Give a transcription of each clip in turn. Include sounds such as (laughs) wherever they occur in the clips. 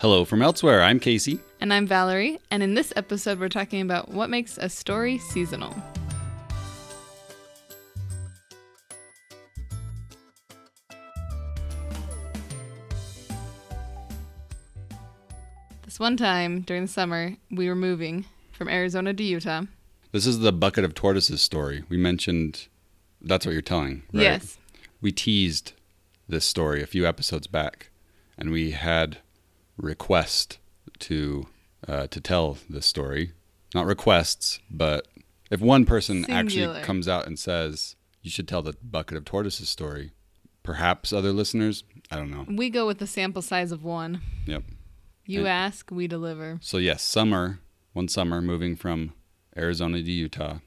Hello from elsewhere. I'm Casey. And I'm Valerie, and in this episode, we're talking about what makes a story seasonal. This one time during the summer, we were moving from Arizona to Utah. This is the bucket of tortoises story. We mentioned that's what you're telling, right? Yes. We teased this story a few episodes back, and we had request to uh, to tell this story. Not requests, but if one person Singular. actually comes out and says you should tell the bucket of tortoises story, perhaps other listeners. I don't know. We go with the sample size of one. Yep. You And- ask, we deliver. So yes, summer. One summer, moving from Arizona to Utah.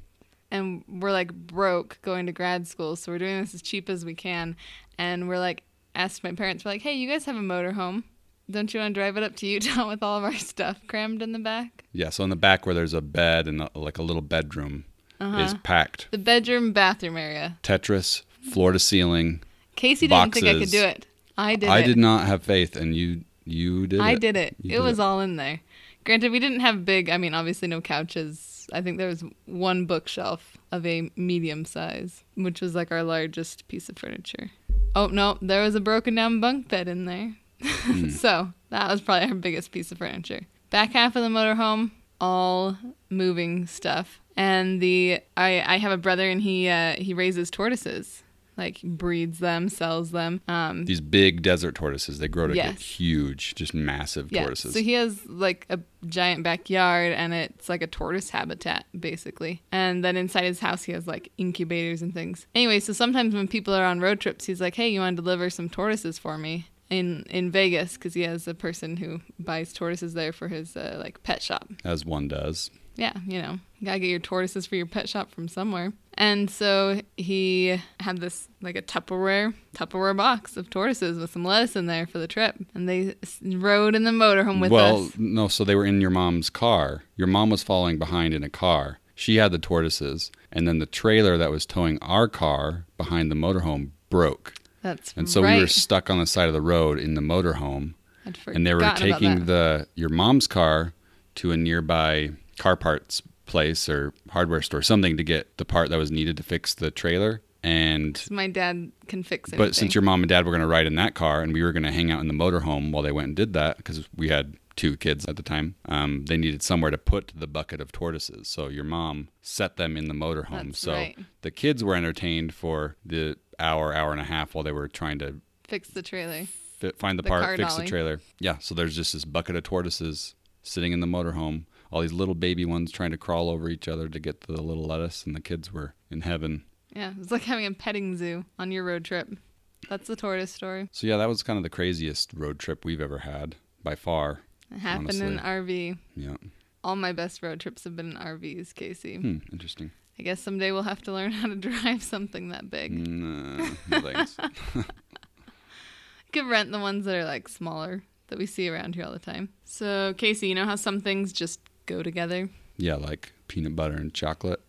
and we're like broke going to grad school, so we're doing this as cheap as we can. And we're like, asked my parents, we're like, hey, you guys have a motorhome. Don't you want to drive it up to Utah (laughs) with all of our stuff crammed in the back? Yeah, so in the back where there's a bed and uh like a little bedroom Uh-huh. is packed. The bedroom, bathroom area. Tetris, floor to ceiling. Casey didn't think I could Boxes. do it. I did I it. did not have faith, and you you did. I it. did it. You it did was all in there. Granted, we didn't have big, I mean, obviously no couches. I think there was one bookshelf of a medium size, which was like our largest piece of furniture. Oh, no, there was a broken down bunk bed in there. Hmm. (laughs) so that was probably our biggest piece of furniture. Back half of the motorhome, all moving stuff. And the I, I have a brother and he uh, he raises tortoises, like breeds them, sells them. Um, These big desert tortoises, they grow to get Yes. huge, just massive tortoises. So he has like a giant backyard and it's like a tortoise habitat basically. And then inside his house he has like incubators and things. Anyway, so sometimes when people are on road trips, he's like, "Hey, you want to deliver some tortoises for me?" In, in Vegas, because he has a person who buys tortoises there for his uh, like pet shop. as one does. Yeah, you know, you gotta get your tortoises for your pet shop from somewhere. And so he had this like a Tupperware Tupperware box of tortoises with some lettuce in there for the trip, and they s- rode in the motorhome with well, us. no, so they were in your mom's car. Your mom was following behind in a car. She had the tortoises, and then the trailer that was towing our car behind the motorhome broke. That's And so right. we were stuck on the side of the road in the motorhome. I'd and they were forgotten about taking that. the your mom's car to a nearby car parts place or hardware store something to get the part that was needed to fix the trailer and So my dad can fix it. but since your mom and dad were going to ride in that car and we were going to hang out in the motorhome while they went and did that because we had two kids at the time um, they needed somewhere to put the bucket of tortoises so your mom set them in the motorhome That's so right. the kids were entertained for the hour hour and a half while they were trying to fix the trailer. fit, find the, The part, car fix dolly. the trailer. Yeah, so there's just this bucket of tortoises sitting in the motorhome. All these little baby ones trying to crawl over each other to get to the little lettuce, and the kids were in heaven. Yeah, it's like having a petting zoo on your road trip. That's the tortoise story. So yeah, that was kind of the craziest road trip we've ever had by far. It happened in an RV. Yeah, All my best road trips have been in RVs, Casey. hmm, interesting. I guess someday we'll have to learn (laughs) how to drive something that big. Mm. Nah, no (laughs) thanks. could rent the ones that are like smaller that we see around here all the time. So, Casey, you know how some things just go together? yeah, like peanut butter and chocolate.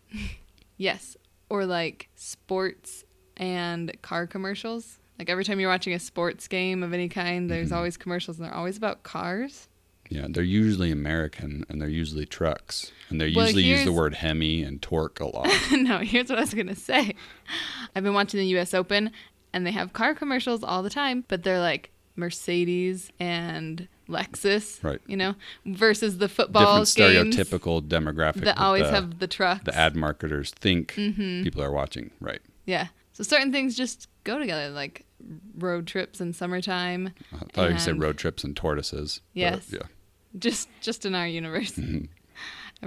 Yes. Or like sports and car commercials. Like every time you're watching a sports game of any kind, there's Mm-hmm. always commercials and they're always about cars. (laughs) Yeah, they're usually American and they're usually trucks, and they Well, usually use the here's- word Hemi and torque a (laughs) lot. no, here's what I was going to say. I've been watching the US Open and they have car commercials all the time, but they're like Mercedes and Lexus, Right. you know, versus the football Different games stereotypical demographic that always the- have the trucks. the ad marketers think Mm-hmm. people are watching. Right. Yeah. So certain things just go together, like road trips in summertime. I thought you said And- road trips and tortoises. but Yes. Yeah. Just just in our universe. (laughs) And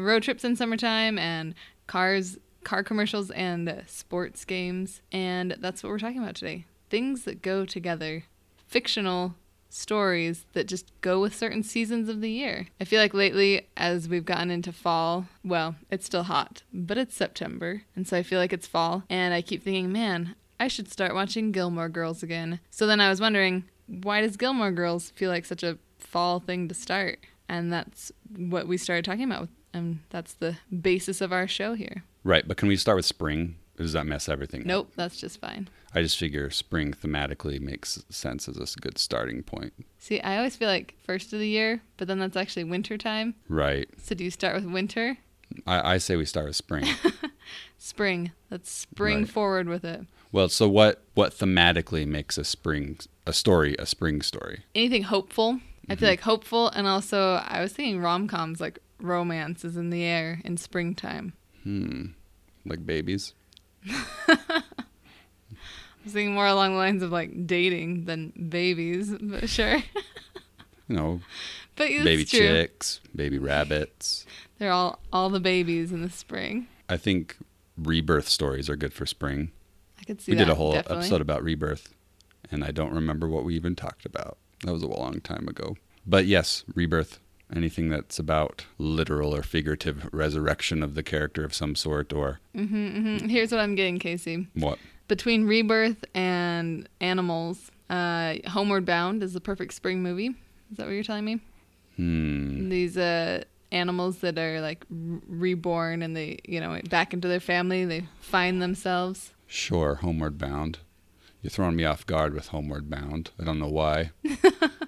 road trips in summertime and cars, car commercials and uh, sports games. And that's what we're talking about today. Things that go together. Fictional stories that just go with certain seasons of the year. I feel like lately as we've gotten into fall, well, it's still hot, but it's September, and so I feel like it's fall, and I keep thinking, man, I should start watching Gilmore Girls again. So then I was wondering, why does Gilmore Girls feel like such a fall thing to start? And that's what we started talking about, and that's the basis of our show here. Right. But can we start with spring? does that mess everything up? Nope, that's just fine. I just figure spring thematically makes sense as a s- good starting point. See, I always feel like first of the year, but then that's actually winter time. Right. So do you start with winter? I, I say we start with (laughs) spring. Spring. Let's spring Right. forward with it. well, so what what thematically makes a spring a story a spring story? Anything hopeful? I Mm-hmm. feel like hopeful, and also I was thinking rom coms like romance is in the air in springtime. Like babies? I was thinking more along the lines of like dating than babies, (laughs) but sure. You know, but it's baby true. chicks, baby rabbits. They're all all the babies in the spring. I think rebirth stories are good for spring. I could see We that. did a whole definitely. episode about rebirth, and I don't remember what we even talked about. That was a long time ago. But yes, rebirth. Anything that's about literal or figurative resurrection of the character of some sort, or Mhm. Here's what I'm getting, Casey. what? Between Rebirth and Animals, uh, Homeward Bound is the perfect spring movie. Is that what you're telling me? Hmm. These uh, animals that are like re- reborn and they, you know, back into their family, they find themselves. Sure, Homeward Bound. You're throwing me off guard with Homeward Bound. I don't know (laughs) why.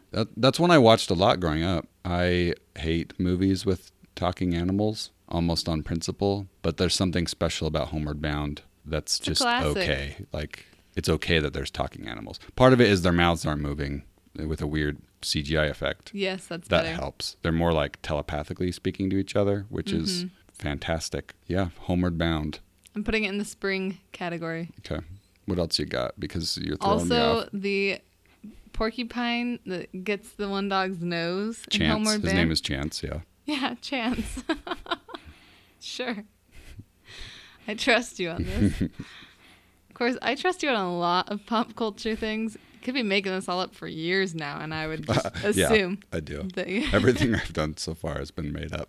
that, that's one I watched a lot growing up. I hate movies with talking animals almost on principle, but there's something special about Homeward Bound that's a just classic. okay. Like, it's okay that there's talking animals. Part of it is their mouths aren't moving with a weird CGI effect. Yes, that's That better. helps. They're more like telepathically speaking to each other, which is Mm-hmm. fantastic. Yeah, Homeward Bound. I'm putting it in the spring category. Okay. What else you got? Because you're throwing me off. Also, the porcupine that gets the one dog's nose in Chance. Homeward His Bound. name is Chance. Yeah. Yeah, (laughs) chance. sure. I trust you on (laughs) this. of course, I trust you on a lot of pop culture things. Could be making this all up for years now, and I would just assume (laughs) Yeah, I do. that you. Everything (laughs) I've done so far has been made up.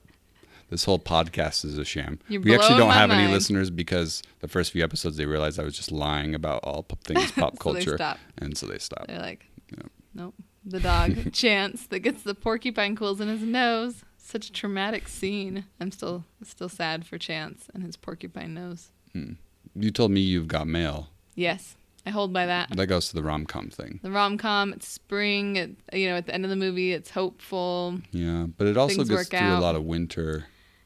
This whole podcast is a sham. You're we actually blowing don't my have any mind. listeners because the first few episodes they realized I was just lying about all pop things pop (laughs) So they culture, stopped. and so they stopped. (laughs) They're like, Yeah. nope. (laughs) The dog Chance that gets the porcupine quills in his nose. Such a traumatic scene. I'm still still sad for Chance and his porcupine nose. You told me you've got mail. Yes, I hold by that. That goes to the rom com thing. the rom com. It's spring. It, you know, at the end of the movie, it's hopeful. Yeah, but it also Things goes work through a out. lot of winter.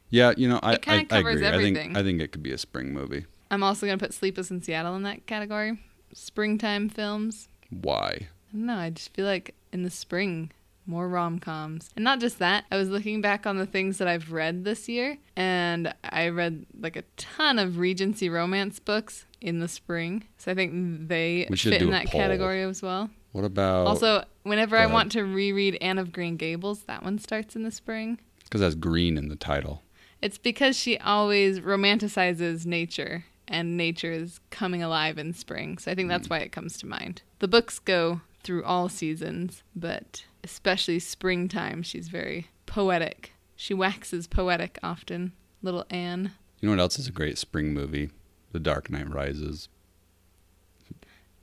Yeah, you know, I It kinda I, I covers agree. I everything. think I think it could be a spring movie. I'm also gonna put Sleepless in Seattle in that category. Springtime films. Why? I don't know. I just feel like in the spring, more rom coms, and not just that. I was looking back on the things that I've read this year, and I read like a ton of Regency romance books in the spring. So I think they We should fit do in a that poll. category as well. What about also, whenever go I ahead. want to reread Anne of Green Gables, that one starts in the spring. because that's green in the title? It's because she always romanticizes nature, and nature is coming alive in spring. So I think Mm. that's why it comes to mind. The books go through all seasons, but especially springtime, she's very poetic. She waxes poetic often, little Anne. You know what else is a great spring movie? The Dark Knight Rises.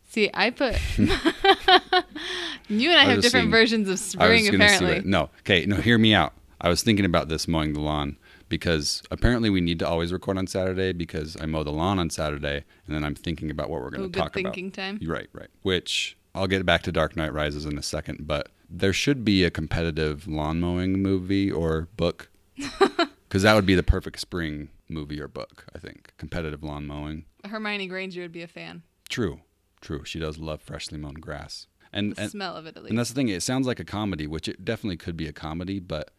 See, (laughs) I put. (laughs) you and I, Hmm. I was have just different saying- versions of spring, gonna apparently. what. No, okay, no, hear me out. I was thinking about this mowing the lawn because apparently we need to always record on Saturday because I mow the lawn on Saturday and then I'm thinking about what we're going Oh, to good talk thinking about. time. You're right, right. Which I'll get back to Dark Knight Rises in a second, but there should be a competitive lawn mowing movie or (laughs) book because that would be the perfect spring movie or book, I think. Competitive lawn mowing. Hermione Granger would be a fan. True, true. She does love freshly mown grass. And, The and smell of it, at least. and that's the thing. It sounds like a comedy, which it definitely could be a comedy, but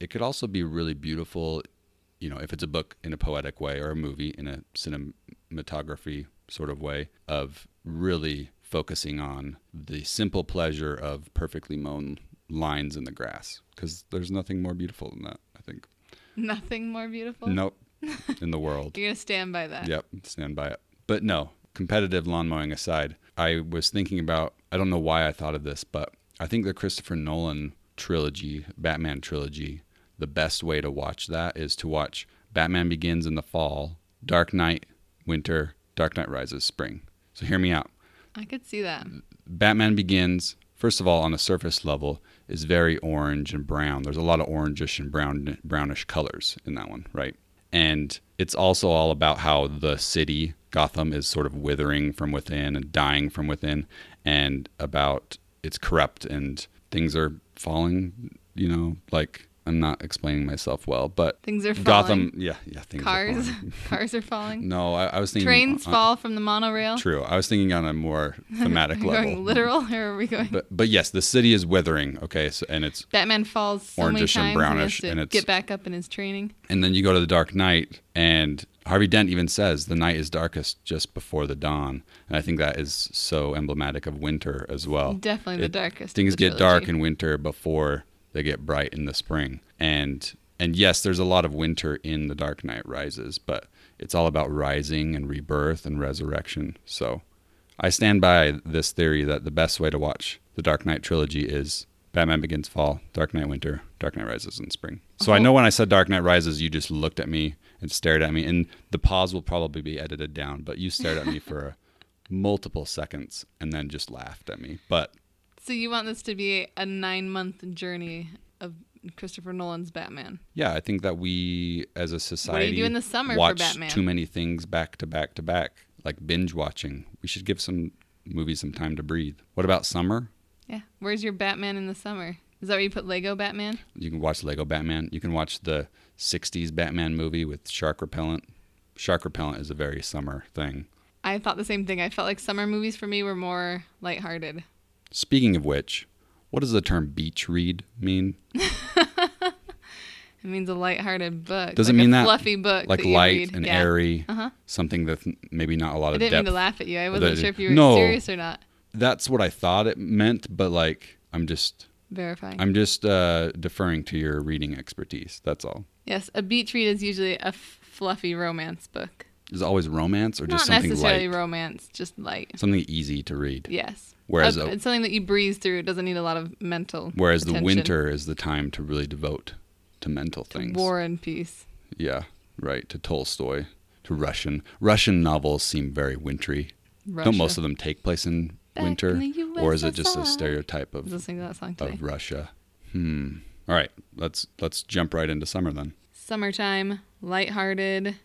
it could also be really beautiful, you know, if it's a book in a poetic way or a movie in a cinematography sort of way of really focusing on the simple pleasure of perfectly mown lines in the grass. Because there's nothing more beautiful than that, I think. Nothing more beautiful. Nope, in the world. You're going to stand by that. Yep, stand by it. But no, competitive lawn mowing aside, I was thinking about, I don't know why I thought of this, but I think the Christopher Nolan trilogy, Batman trilogy, the best way to watch that is to watch Batman Begins in the fall, Dark Knight, winter, Dark Knight Rises, spring. So hear me out. I could see that. Mm. Batman Begins, first of all, on the surface level, is very orange and brown. There's a lot of orangish and brown brownish colors in that one, right? And it's also all about how the city, Gotham, is sort of withering from within and dying from within, and about it's corrupt and things are falling, you know, like I'm not explaining myself well, but Things are falling. Gotham, yeah, yeah, things are (laughs) Cars. (laughs) falling. Cars are falling. No, I, I was thinking Trains on- fall from the monorail. True, I was thinking on a (laughs) more Are thematic we level. going literal (laughs) or are we going? But but yes, the city is withering. Okay, so, and it's Batman falls so many Orangish and times and brownish, has to and it's- get back up in his training. And then you go to the Dark Knight, and Harvey Dent even says the night is darkest just before the dawn. And I think that is so emblematic of winter as well. Definitely the It- darkest. of Things the get dark trilogy. in winter before they get bright in the spring. And and yes, there's a lot of winter in the Dark Knight Rises, but it's all about rising and rebirth and resurrection. So I stand by this theory that the best way to watch the Dark Knight trilogy is Batman Begins Fall, Dark Knight Winter, Dark Knight Rises in Spring. So Oh. I know when I said Dark Knight Rises, you just looked at me and stared at me, and the pause will probably be edited down, but you stared at me (laughs) for multiple seconds and then just laughed at me. But So you want this to be a nine-month journey of Christopher Nolan's Batman? yeah, I think that we as a society do in the summer for watch Batman? too many things back to back to back, like binge watching. We should give some movies some time to breathe. What about summer? Yeah. Where's your Batman in the summer? Is that where you put Lego Batman? You can watch Lego Batman. You can watch the 60s Batman movie with shark repellent. Shark repellent is a very summer thing. I thought the same thing. I felt like summer movies for me were more lighthearted. Speaking of which, what does the term beach read mean? It means a lighthearted book. Does it like mean a that- fluffy book? Like that you light read. and yeah. airy, Uh-huh. something that maybe not a lot I of didn't mean depth. to laugh at you. I wasn't that- sure if you were No. serious or not. That's what I thought it meant, but like I'm just Verifying. I'm just uh, deferring to your reading expertise. That's all. yes, a beach read is usually a f- fluffy romance book. Is it always romance or just Not something necessarily light? romance, just light. something easy to read. Yes. Whereas Up- a- it's something that you breeze through. It doesn't need a lot of mental. Whereas the attention. winter is the time to really devote to mental To things. War and peace. Yeah, right. To Tolstoy, to Russian. Russian novels seem very wintry. Russia. Don't most of them take place in Back winter? in the or is it just a USSR? stereotype I was of, listening to that song today. of Russia? Hmm. All right, let's let's jump right into summer then. Summertime, lighthearted.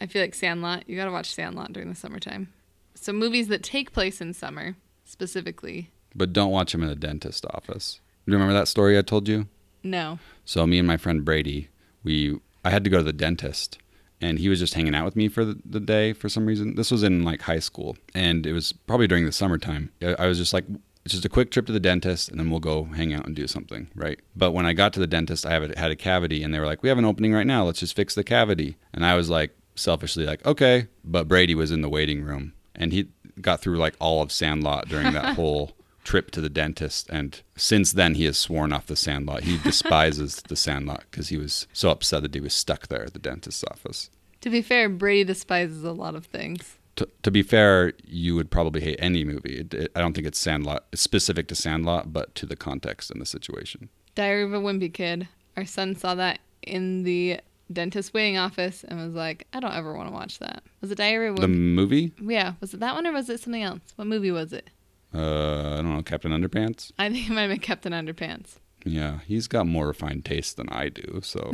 I feel like Sandlot. You gotta watch Sandlot during the summertime. So movies that take place in summer specifically. But don't watch them in a dentist office. You remember that story I told you? No. So me and my friend Brady, we I had to go to the dentist, and he was just hanging out with me for the, the day for some reason. This was in like high school, and it was probably during the summertime. I I was just like, it's just a quick trip to the dentist, and then we'll go hang out and do something, right? But when I got to the dentist, I have had a cavity, and they were like, we have an opening right now. Let's just fix the cavity. And I was like, selfishly, like, okay. But Brady was in the waiting room, and he got through like all of Sandlot during that whole trip to the dentist and since then he has sworn off the sandlot he despises the sandlot because he was so upset that he was stuck there at the dentist's office To be fair, Brady despises a lot of things. to, to be fair you would probably hate any movie it, it- i don't think it's sandlot it's specific to sandlot but to the context and the situation Diary of a Wimpy Kid. Our son saw that in the dentist waiting office and was like, I don't ever want to watch that. Was it Diary of a the Wimpy? movie yeah. Was it that one or was it something else? What movie was it? (laughs) uh i don't know captain underpants I think it might have been Captain Underpants. yeah he's got more refined taste than i do so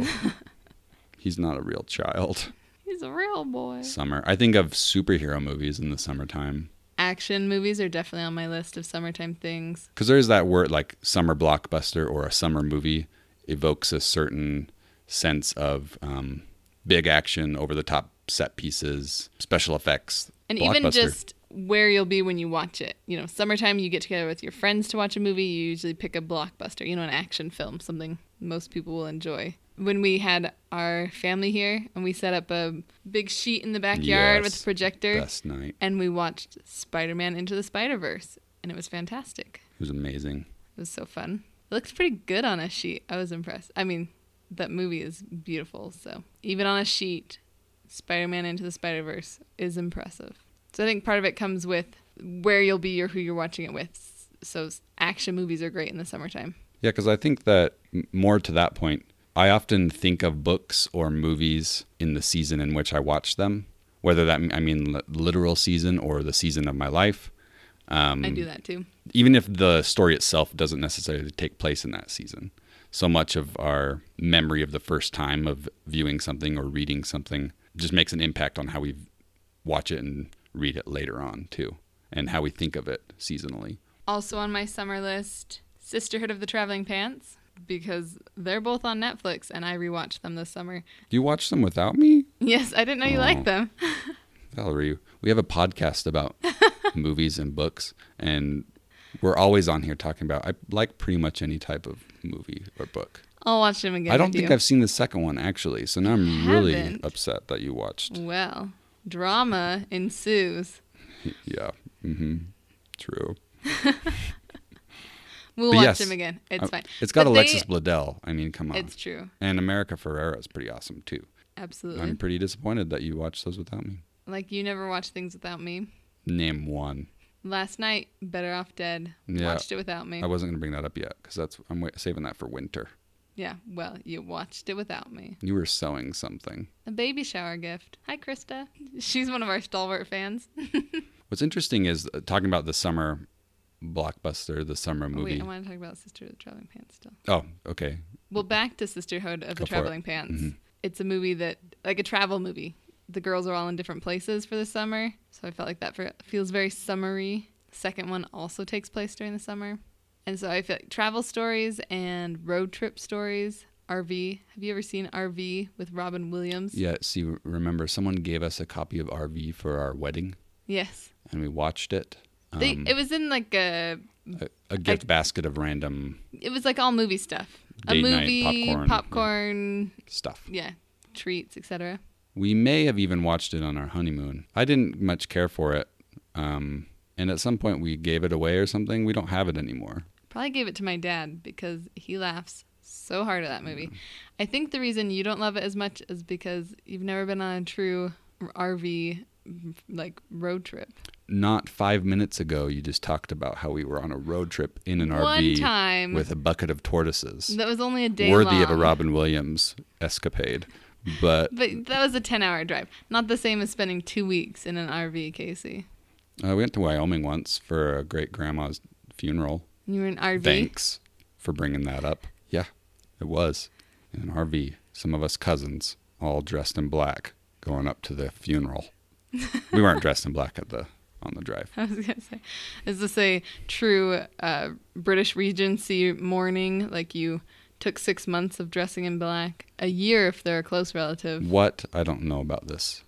he's not a real child He's a real boy. summer i think of superhero movies in the summertime Action movies are definitely on my list of summertime things. because there is that word like summer blockbuster or a summer movie evokes a certain sense of um, big action, over the top set pieces, special effects, And even blockbuster. just where you'll be when you watch it. You know, summertime, you get together with your friends to watch a movie. You usually pick a blockbuster, you know, an action film, something most people will enjoy. When we had our family here and we set up a big sheet in the backyard with Yes, a projector best night. and we watched Spider Man Into the Spider Verse, and it was fantastic. It was amazing. It was so fun. It looked pretty good on a sheet. I was impressed. I mean, that movie is beautiful. So even on a sheet, Spider Man Into the Spider Verse is impressive. So I think part of it comes with where you'll be or who you're watching it with. So s- action movies are great in the summertime. Yeah, because I think that m- more to that point, I often think of books or movies in the season in which I watch them, whether that m- I mean li- literal season or the season of my life. Um, I do that too. even if the story itself doesn't necessarily take place in that season. so much of our memory of the first time of viewing something or reading something just makes an impact on how we watch it and read it later on too and how we think of it seasonally Also on my summer list, Sisterhood of the Traveling Pants, because they're both on Netflix and I rewatched them this summer. (laughs) you watch them without me Yes, I didn't know you Oh. liked them. (laughs) Valerie, we have a podcast about movies and books, and we're always on here talking about. I like pretty much any type of movie or book. I'll watch them again. I don't with think you. I've seen the second one actually, so now I'm really Haven't. upset that you watched. Well, drama ensues. Yeah, hmm true. We'll But watch yes, them again. It's Uh, fine. It's got But Alexis they- Bledel. I mean, come on. It's true. and America Ferrera is pretty awesome too. Absolutely. I'm pretty disappointed that you watched those without me. Like you never watch things without me. Name one. Last night, Better Off Dead. Yeah. Watched it without me. I wasn't gonna bring that up yet because that's I'm wa- saving that for winter. yeah, well, you watched it without me. You were sewing something. A baby shower gift. Hi, Krista. She's one of our stalwart fans. What's interesting is uh, talking about the summer blockbuster, the summer Oh, movie. wait, I want to talk about Sister of the Traveling Pants still. oh, okay. Well, back to Sisterhood of Go the for it. Mm-hmm. Traveling Pants. It's a movie that, like a travel movie. The girls are all in different places for the summer, so I felt like that for, feels very summery. Second one also takes place during the summer, and so I feel like travel stories and road trip stories. RV. Have you ever seen RV with Robin Williams? Yeah, see, re- remember, someone gave us a copy of RV for our wedding, Yes. and we watched it. Um, They, it was in like a. a, a gift basket of random It was like all movie stuff. A Date night, movie, popcorn, yeah. popcorn, stuff. yeah, treats, etc. We may have even watched it on our honeymoon. I didn't much care for it. Um, and at some point, we gave it away or something. We don't have it anymore. Probably gave it to my dad because he laughs so hard at that movie. Mm. I think the reason you don't love it as much is because you've never been on a true RV like road trip. Not five minutes ago, you just talked about how we were on a road trip in an One RV time. with a bucket of tortoises. That was only a day worthy of a long. Robin Williams escapade. But But that was a 10-hour drive. Not the same as spending 2 weeks in an RV, Casey. uh, we went to Wyoming once for a great grandma's funeral. You were in an RV. Thanks for bringing that up. Yeah, it was in an RV. Some of us cousins, all dressed in black, going up to the (laughs) funeral. we weren't dressed in black at the on the drive. (laughs) I was gonna say, is this a true uh, British Regency mourning? Like you took six months of dressing in black, a year if they're a close relative, What I don't know about this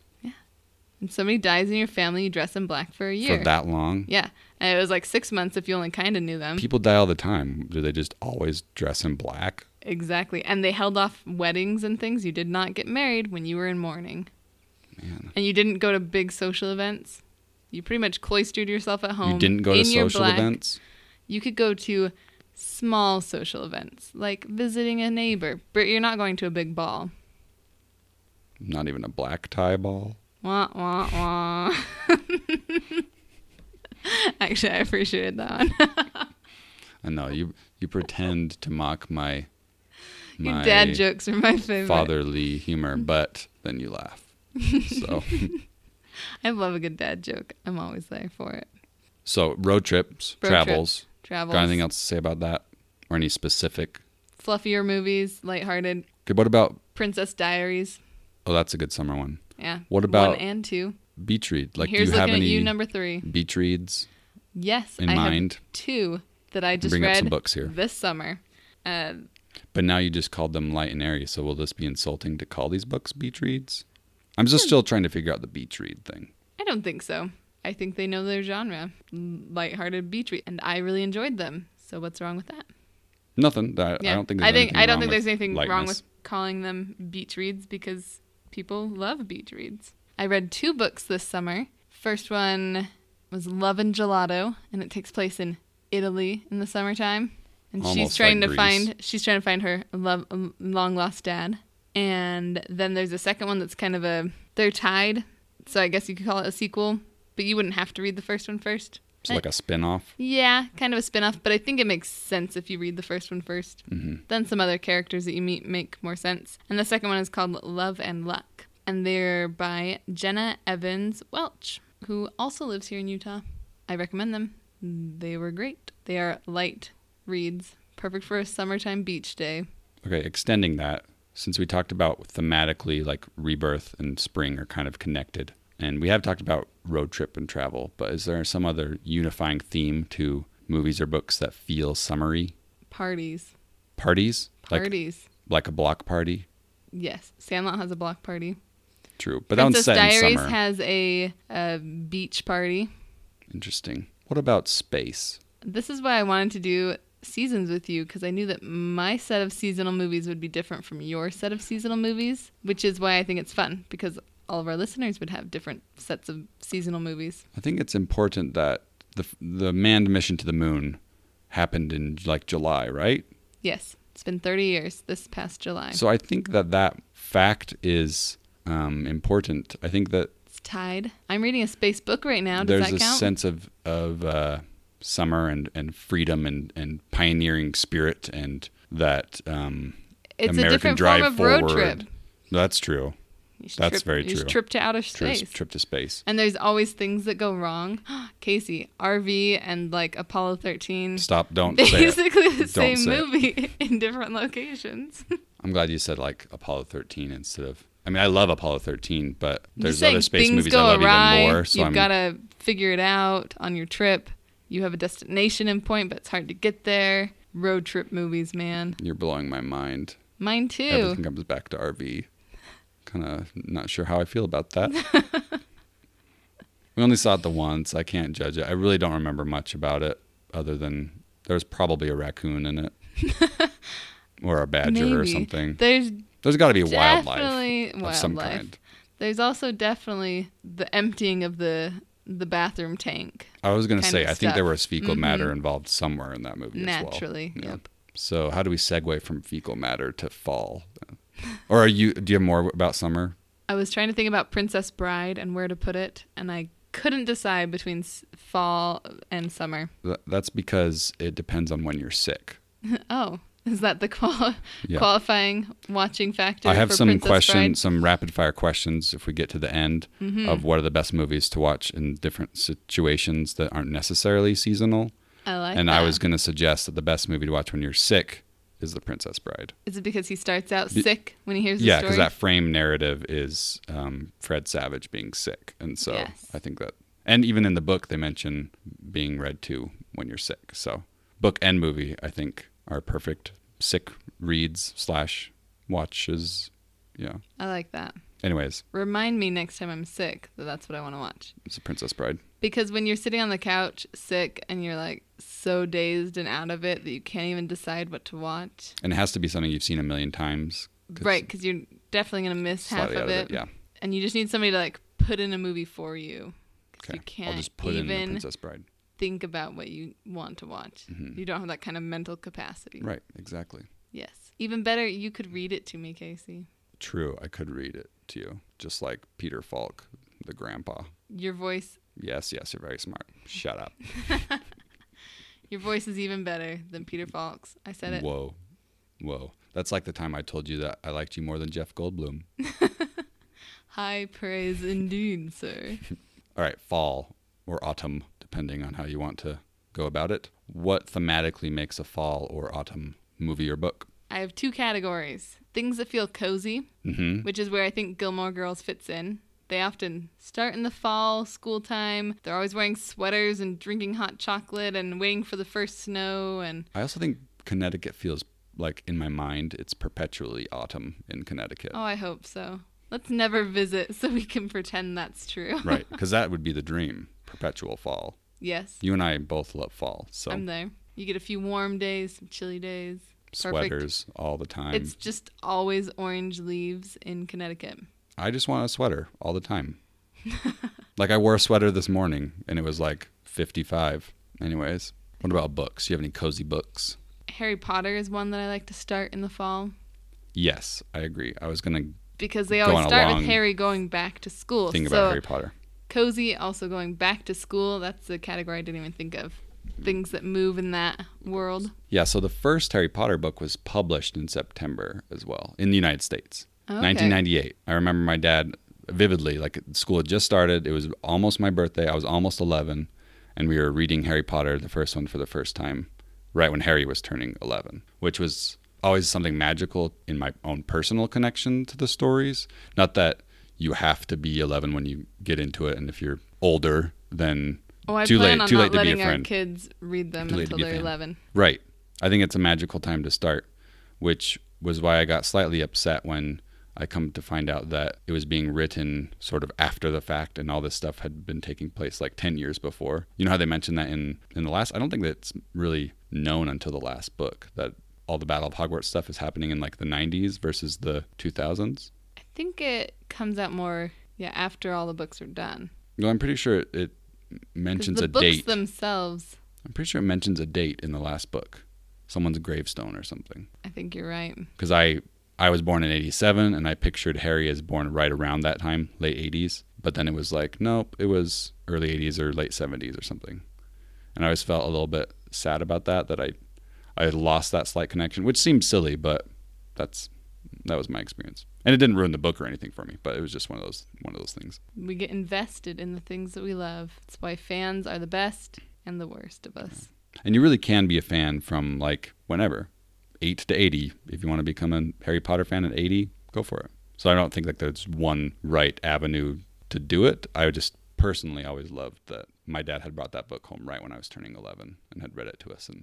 and somebody dies in your family, you dress in black for a year. for that long. Yeah, and it was like six months if you only kind of knew them. People die all the time. Do they just always dress in black? exactly, and they held off weddings and things. You did not get married when you were in mourning, Man, and you didn't go to big social events. You pretty much cloistered yourself at home. you didn't go to in your social black. events. You could go to small social events, like visiting a neighbor, but you're not going to a big ball. Not even a black tie ball. Wah, wah, wah. (laughs) Actually, I appreciated that one. (laughs) I know you. You pretend to mock my Your my dad jokes are my favorite. fatherly humor, Mm-hmm. but then you laugh. So, (laughs) I love a good dad joke. I'm always there for it. so road trips, Road travels. Travel. Got anything else to say about that, or any specific? Fluffier movies, lighthearted. Okay, what about? Princess Diaries. Oh, that's a good summer one. Yeah. What about- one and two? Beach read. Like, Here's do you have looking any at you, number three. beach reads? Yes, in I mind? have two that I just Bring read up some books here. this summer. Uh, But now you just called them light and airy. So will this be insulting to call these books beach reads? I'm Hmm. just still trying to figure out the beach read thing. I don't think so. I think they know their genre, lighthearted beach read, and I really enjoyed them. So what's wrong with that? Nothing. That, I don't think. There's I think anything I don't wrong think with there's anything wrong lightness. with calling them beach reads because people love beach reads. I read two books this summer. First one was Love and Gelato, and it takes place in Italy in the summertime. And she's Almost like trying to Grease. find she's trying to find her love long lost dad. And then there's a second one that's kind of a they're tied, so I guess you could call it a sequel, but you wouldn't have to read the first one first. It's like a spin-off. Yeah, kind of a spin-off, but I think it makes sense if you read the first one first. Mm-hmm. Then some other characters that you meet make more sense. And the second one is called Love and Luck, and they're by Jenna Evans Welch, who also lives here in Utah. I recommend them. They were great. They are light reads, perfect for a summertime beach day. okay, extending that, since we talked about thematically, like rebirth and spring are kind of connected, and we have talked about road trip and travel, but is there some other unifying theme to movies or books that feel summery? Parties. Parties? Like, Parties. like a block party? yes. Sandlot has a block party. True. But Princess that one's set in Diaries summer. has a, a beach party. Interesting. What about space? This is why I wanted to do seasons with you because I knew that my set of seasonal movies would be different from your set of seasonal movies, which is why I think it's fun because all of our listeners would have different sets of seasonal movies. I think it's important that the the manned mission to the moon happened in like July, right? Yes, it's been 30 years this past July. So I think that that fact is um, important. I think that it's tied. I'm reading a space book right now. Does there's a that count? sense of of uh, summer and and freedom and and pioneering spirit and that um, it's American a different drive form of forward. road trip. That's true. You should That's trip- very You should true. trip to outer Trip, space. trip to space. And there's always things that go wrong. (gasps) Casey, RV and like Apollo 13. Stop. (laughs) Don't say it. basically the Don't same say it. movie (laughs) in different locations. I'm glad you said like Apollo 13 instead of. I mean, I love Apollo 13, but Just there's saying, other space things movies go I love awry, even more. So You've I'm got to figure it out on your trip. You have a destination in point, but it's hard to get there. Road trip movies, man. You're blowing my mind. Mine too. Everything comes back to RV. Kind of not sure how I feel about (laughs) that. we only saw it the once. I can't judge it. I really don't remember much about it other than there was probably a raccoon in it (laughs) or a badger or Maybe. something. There's There's got to be wildlife definitely of some wildlife. kind. There's also definitely the emptying of the the bathroom tank I was going to kind say, of I think there stuff. Mm-hmm. was fecal matter involved somewhere in that movie naturally. as well. Yeah. Yep. So, how do we segue from fecal matter to fall? Or are you? Do you have more about summer? I was trying to think about Princess Bride and where to put it, and I couldn't decide between s- fall and summer. Th- That's because it depends on when you're sick. Oh, (laughs) is that the quali- Yeah. qualifying watching factor? I have for some Princess questions, Bride? Mm-hmm. some rapid fire questions if we get to the end of what are the best movies to watch in different situations that aren't necessarily seasonal. I like and I that. was going to suggest that the best movie to watch when you're sick is The Princess Bride. Is it because he starts out Be- sick when he hears yeah, the story? because that frame narrative is um, Fred Savage being sick, and so Yes. I think that, and even in the book they mention being read to when you're sick. So book and movie, I think, are perfect sick reads slash watches. Yeah. I like that. Anyways, Remind me next time I'm sick that that's what I want to watch. it's a Princess Bride. Because when you're sitting on the couch sick and you're like so dazed and out of it that you can't even decide what to watch, And it has to be something you've seen a million times. Right, 'cause right? Because you're definitely gonna miss half of Slightly it. out of it, yeah. And you just need somebody to like put in a movie for you. 'Cause Okay. You can't I'll just put even in the Princess Bride. think about what you want to watch. You don't have that kind of mental capacity. Mm-hmm. Right. Exactly. Yes. Even better, you could read it to me, Casey. True. I could read it to you, just like Peter Falk, the grandpa. Your voice, Yes. Yes. You're very smart. Shut up. your voice is even better than Peter Falk's. I said it. Whoa. Whoa. That's like the time I told you that I liked you more than Jeff Goldblum. High praise indeed, (laughs) sir. All right, fall or autumn, depending on how you want to go about it. What thematically makes a fall or autumn movie or book? I have two categories: things that feel cozy, hmm which is where I think Gilmore Girls fits in. They often start in the fall, school time. They're always wearing sweaters and drinking hot chocolate and waiting for the first snow and I also think Connecticut feels like in my mind it's perpetually autumn in Connecticut. Oh, I hope so. Let's never visit so we can pretend that's true. Right, because that would be the dream, perpetual fall. yes. You and I both love fall, so I'm there. You get a few warm days, some chilly days. Perfect. sweaters all the time. It's just always orange leaves in Connecticut. I just want a sweater all the time. (laughs) like I wore a sweater this morning and it was like 55. Anyways, what about books? Do you have any cozy books? Harry Potter is one that I like to start in the fall Yes, I agree. I was going to because they Go always on a start long with Harry going back to school. think so about Harry Potter. cozy, also going back to school. That's a category I didn't even think of. Mm. Things that move in that world. Yeah, so the first Harry Potter book was published in September as well in the United States. Okay. 1998. I remember my dad vividly. Like school had just started. It was almost my birthday. I was almost 11, and we were reading Harry Potter, the first one, for the first time, right when Harry was turning 11, which was always something magical in my own personal connection to the stories. Not that you have to be 11 when you get into it, and if you're older, then Oh, I too plan late, on too not late to be letting a our friend. kids read them Too late to until be a they're fan. 11. Right. I think it's a magical time to start, which was why I got slightly upset when I come to find out that it was being written sort of after the fact and all this stuff had been taking place like 10 years before. You know how they mentioned that in in the last I don't think that's really known until the last book that all the Battle of Hogwarts stuff is happening in like the 90s versus the 2000s. I think it comes out more, yeah, after all the books are done. No, I'm pretty sure it, it 'Cause mentions the a books date. themselves, I'm pretty sure it mentions a date in the last book. Someone's gravestone or something. I think you're right. because I I was born in '87 and I pictured Harry as born right around that time, late '80s. But then it was like, nope, it was early '80s or late '70s or something. And I always felt a little bit sad about that that I I lost that slight connection, which seems silly, but that's that was my experience. And it didn't ruin the book or anything for me, but it was just one of those one of those things. We get invested in the things that we love. That's why fans are the best and the worst of us. And you really can be a fan from like whenever, eight to eighty. If you want to become a Harry Potter fan at eighty, go for it. So I don't think like there's one right avenue to do it. I would just personally always loved that my dad had brought that book home right when I was turning eleven and had read it to us, and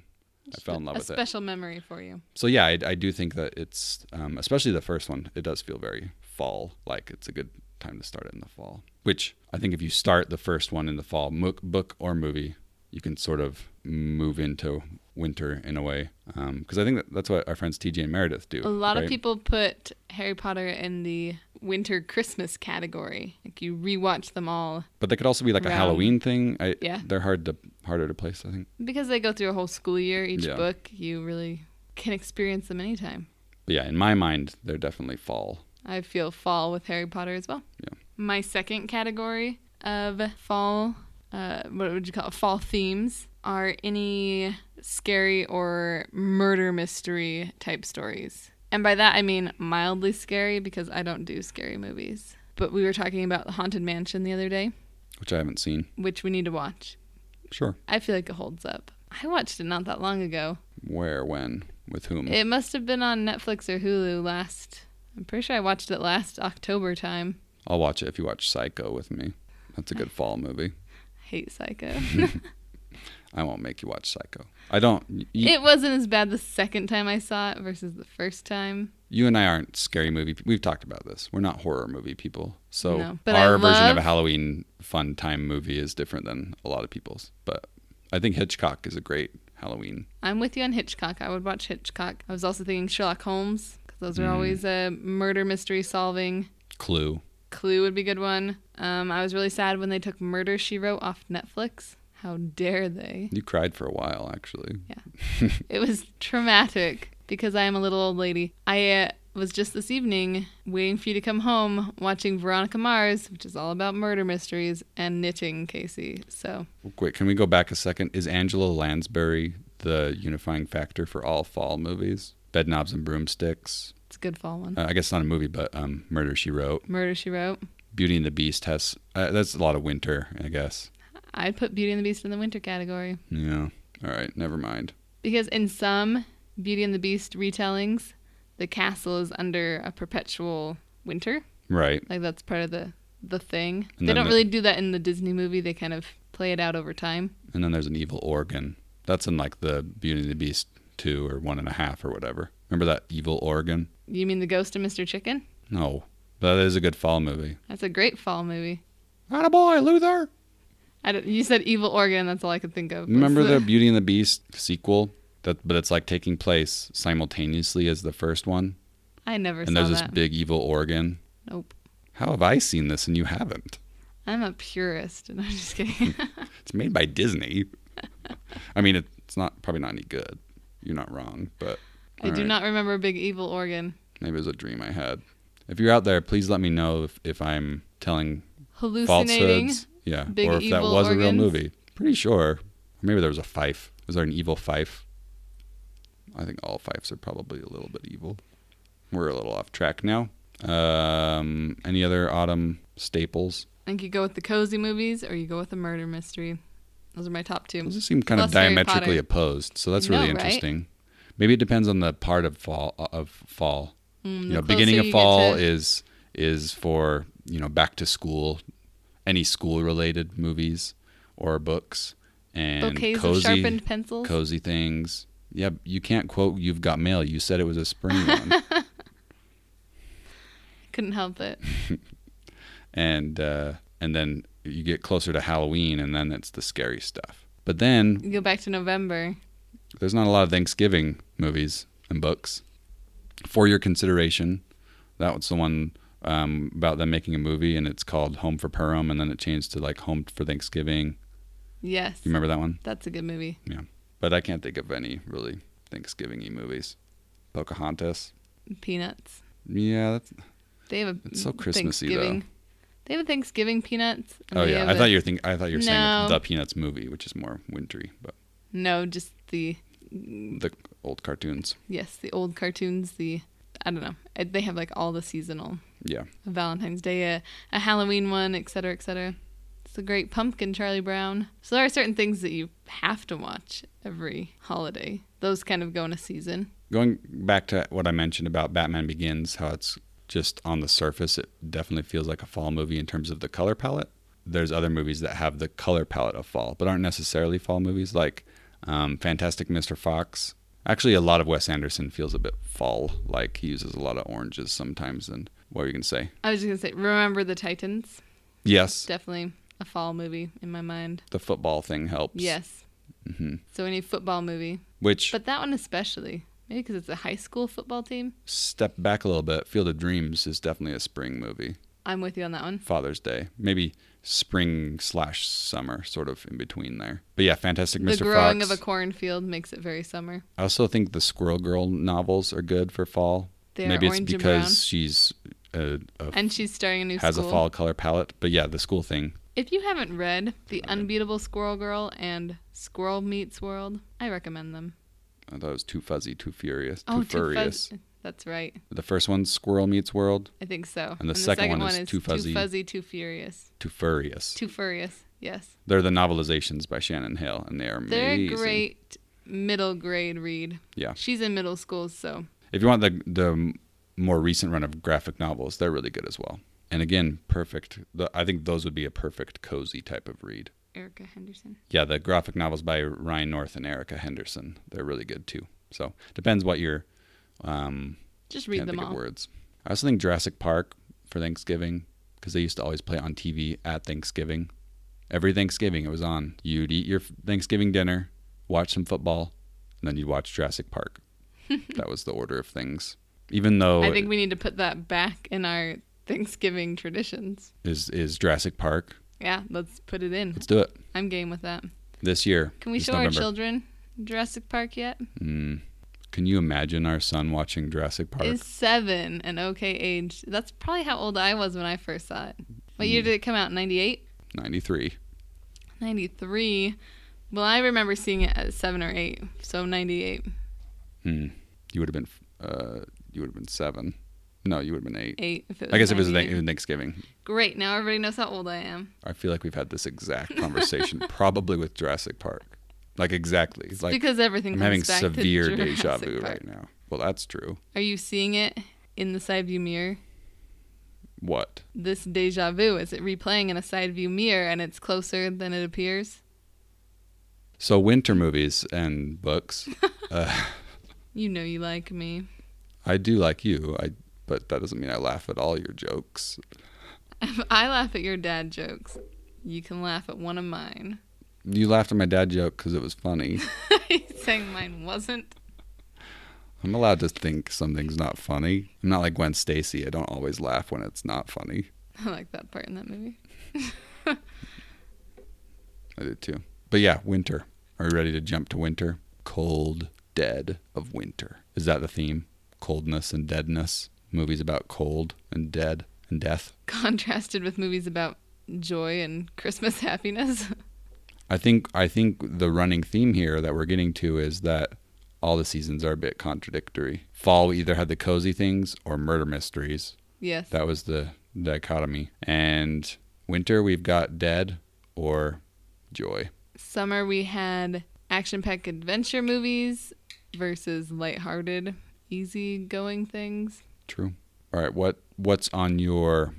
I fell in love a with it. special memory for you. So yeah, I, I do think that it's um, especially the first one. It does feel very fall like. It's a good time to start it in the fall. Which I think if you start the first one in the fall, mo- book or movie, you can sort of move into winter in a way. Because I think that that's what our friends TJ and Meredith do. A lot right? of people put Harry Potter in the winter Christmas category. Like you rewatch them all but they could also be like a Around- Halloween thing. I, Yeah. they're hard to harder to place. I think. because they go through a whole school year each Yeah. book. You really can experience them anytime. But yeah, in my mind, they're definitely fall. I feel fall with Harry Potter as well. Yeah. My second category of fall, uh, what would you call it? Fall themes are any scary or murder mystery type stories. And by that I mean mildly scary because I don't do scary movies. But we were talking about the Haunted Mansion the other day, Which I haven't seen. which we need to watch. Sure. I feel like it holds up. I watched it not that long ago. Where, when, with whom? It must have been on Netflix or Hulu last. I'm pretty sure I watched it last October time. I'll watch it if you watch Psycho with me. That's a good fall movie. hate Psycho. I won't make you watch Psycho. I don't. y- You, it wasn't as bad the second time I saw it versus the first time. you and I aren't scary movie. pe- We've talked about this. We're not horror movie people. So No, but I our version of love- a Halloween fun time movie is different than a lot of people's. But I think Hitchcock is a great Halloween. I'm with you on Hitchcock. I would watch Hitchcock. I was also thinking Sherlock Holmes because those are always a murder mystery solving. Clue. Clue would be a good one. Um, I was really sad when they took Murder She Wrote off Netflix. How dare they? You cried for a while, actually. It was traumatic because I am a little old lady. I uh, was just this evening waiting for you to come home watching Veronica Mars, which is all about murder mysteries and knitting, Casey. So Wait, can we go back a second? Is Angela Lansbury the unifying factor for all fall movies? Bedknobs and Broomsticks. it's a good fall one. Uh, I guess it's not a movie, but um, Murder She Wrote. Murder She Wrote. Beauty and the Beast has. Uh, that's a lot of winter, I guess. I'd put Beauty and the Beast in the winter category Yeah. All right. Never mind. because in some Beauty and the Beast retellings, the castle is under a perpetual winter. Right. Like that's part of the the thing. And they then don't the- really do that in the Disney movie. They kind of play it out over time. And then there's an evil organ. That's in like the Beauty and the Beast two or one and a half or whatever. Remember that evil organ? You mean the Ghost of Mr. Chicken? No. But that is a good fall movie. That's a great fall movie. Attaboy, Luther. I don't, you said Evil Organ. That's all I could think of. was Remember (laughs) the Beauty and the Beast sequel? That, but it's like taking place simultaneously as the first one. I never and saw there's this that. big evil organ. nope. How have I seen this and you haven't? I'm a purist, and (laughs) I'm just kidding. (laughs) It's made by Disney. I mean, it's not probably not any good. You're not wrong, but I do alright. not remember Big Evil Organ. Maybe it was a dream I had. If you're out there, please let me know if, if I'm telling Hallucinating. falsehoods. Yeah. big or if that evil was a real organs. movie. Pretty sure. Maybe there was a fife. Was there an evil fife? I think all fifes are probably a little bit evil. We're a little off track now. Um, any other autumn staples? I think you go with the cozy movies or you go with a murder mystery. Those are my top two. Those just seem kind of Plus Harry diametrically Potter. opposed, so that's I know, really right? interesting. maybe it depends on the part of fall of fall. Mm, you the know, beginning closer of you get fall to- is is for you know back to school, any school related movies or books and bouquets cozy of sharpened pencils. cozy things. Yeah, you can't quote "You've Got Mail." You said it was a spring (laughs) one, Couldn't help it. and uh, and then you get closer to Halloween, and then it's the scary stuff. But then You go back to November. there's not a lot of Thanksgiving movies and books for your consideration. That was the one um, about them making a movie, and it's called Home for Purim, and then it changed to like Home for Thanksgiving. Yes. You remember that one? That's a good movie. But I can't think of any really Thanksgiving-y movies. Pocahontas. Peanuts. Yeah, that's, They have a It's so Christmassy, though. Thanksgiving. They have a Thanksgiving peanuts. and Oh they yeah, have I thought a- you were think I thought you were saying No. the Peanuts movie, which is more wintry, but No, just the the old cartoons. yes, the old cartoons. The I don't know. Uh, They have like all the seasonal Yeah, a Valentine's Day, a, a Halloween one, et cetera, et cetera. It's a great pumpkin, Charlie Brown. So there are certain things that you have to watch every holiday. Those kind of go in a season. going back to what I mentioned about Batman Begins, how it's just on the surface, it definitely feels like a fall movie in terms of the color palette. There's other movies that have the color palette of fall, but aren't necessarily fall movies, like um, Fantastic Mr. Fox. Actually, a lot of Wes Anderson feels a bit fall, like he uses a lot of oranges sometimes. And what were you gonna say? I was just gonna say, remember the Titans? Yes, Definitely a fall movie in my mind. the football thing helps. Yes. hmm So any football movie, Which but that one especially, maybe because it's a high school football team. step back a little bit, Field of Dreams is definitely a spring movie. I'm with you on that one. Father's Day, maybe spring slash summer, sort of in between there. But yeah, Fantastic the Mr. growing Fox. of a cornfield makes it very summer. I also think the Squirrel Girl novels are good for fall. They maybe are it's orange because she's a, a, and brown, and she's starting a new has school. a fall color palette. But yeah, the school thing. If you haven't read The Unbeatable Squirrel Girl and Squirrel Meets World, I recommend them. I thought it Oh, was too fuzzy, too furious, too Oh, too furious. fuzzy. That's right. The first one's Squirrel Meets World, I think so. And the second one is Too Fuzzy. Too Fuzzy, Too Furious. too furious. Too Furious. Yes. They're the novelizations by Shannon Hale, and they are They're amazing. a great middle grade read. Yeah. She's in middle school, so If you want the the more recent run of graphic novels, they're really good as well. And again, perfect. The, I think those would be a perfect cozy type of read. Erica Henderson. Yeah, the graphic novels by Ryan North and Erica Henderson, they're really good too. So depends what your um, Just read can't them think of all. words. I also think Jurassic Park for Thanksgiving because they used to always play it on TV at Thanksgiving. Every Thanksgiving it was on. You'd eat your Thanksgiving dinner, watch some football, and then you'd watch Jurassic Park. (laughs) that was the order of things. Even though I think we need to put that back in our Thanksgiving traditions. is is Jurassic Park, Yeah, let's put it in. let's do it I'm game with that. this year. Can we this show November. our children Jurassic Park yet? Mm. Can you imagine our son watching Jurassic Park? is seven an okay age? That's probably how old I was when I first saw it. What year did it come out? 98? Ninety three. 93? Well, I remember seeing it at seven or eight, so 98, Mm. You would have been uh, you would have been seven. No, you would have been eight. eight. If it was I guess if it was Thank- 98. even Thanksgiving. Great, now everybody knows how old I am. I feel like we've had this exact (laughs) conversation, probably with Jurassic Park. Like exactly. It's like because everything I'm comes having back severe to deja (laughs) Jurassic vu Park. right now. Well, that's true. Are you seeing it in the side view mirror? What? This deja vu, is it replaying in a side view mirror and it's closer than it appears? So winter movies and (laughs) books. uh, You know you like me. (laughs) I do like you. I but that doesn't mean I laugh at all your jokes. If I laugh at your dad jokes, you can laugh at one of mine. You laughed at my dad joke because it was (laughs) funny. saying mine wasn't. (laughs) I'm allowed to think something's not funny. I'm not like Gwen Stacy. I don't always laugh when it's not funny. I like that part in that movie. I did too. But yeah, winter. Are we ready to jump to winter? Cold, dead of winter. Is that the theme? Coldness and deadness. Movies about cold and dead and death. Contrasted with movies about joy and Christmas (laughs) happiness. I think I think the running theme here that we're getting to is that all the seasons are a bit contradictory. Fall we either had the cozy things or murder mysteries. yes. That was the dichotomy. And winter, we've got dead or joy. Summer we had action-packed adventure movies versus lighthearted, easygoing things. True. All right. What what's on your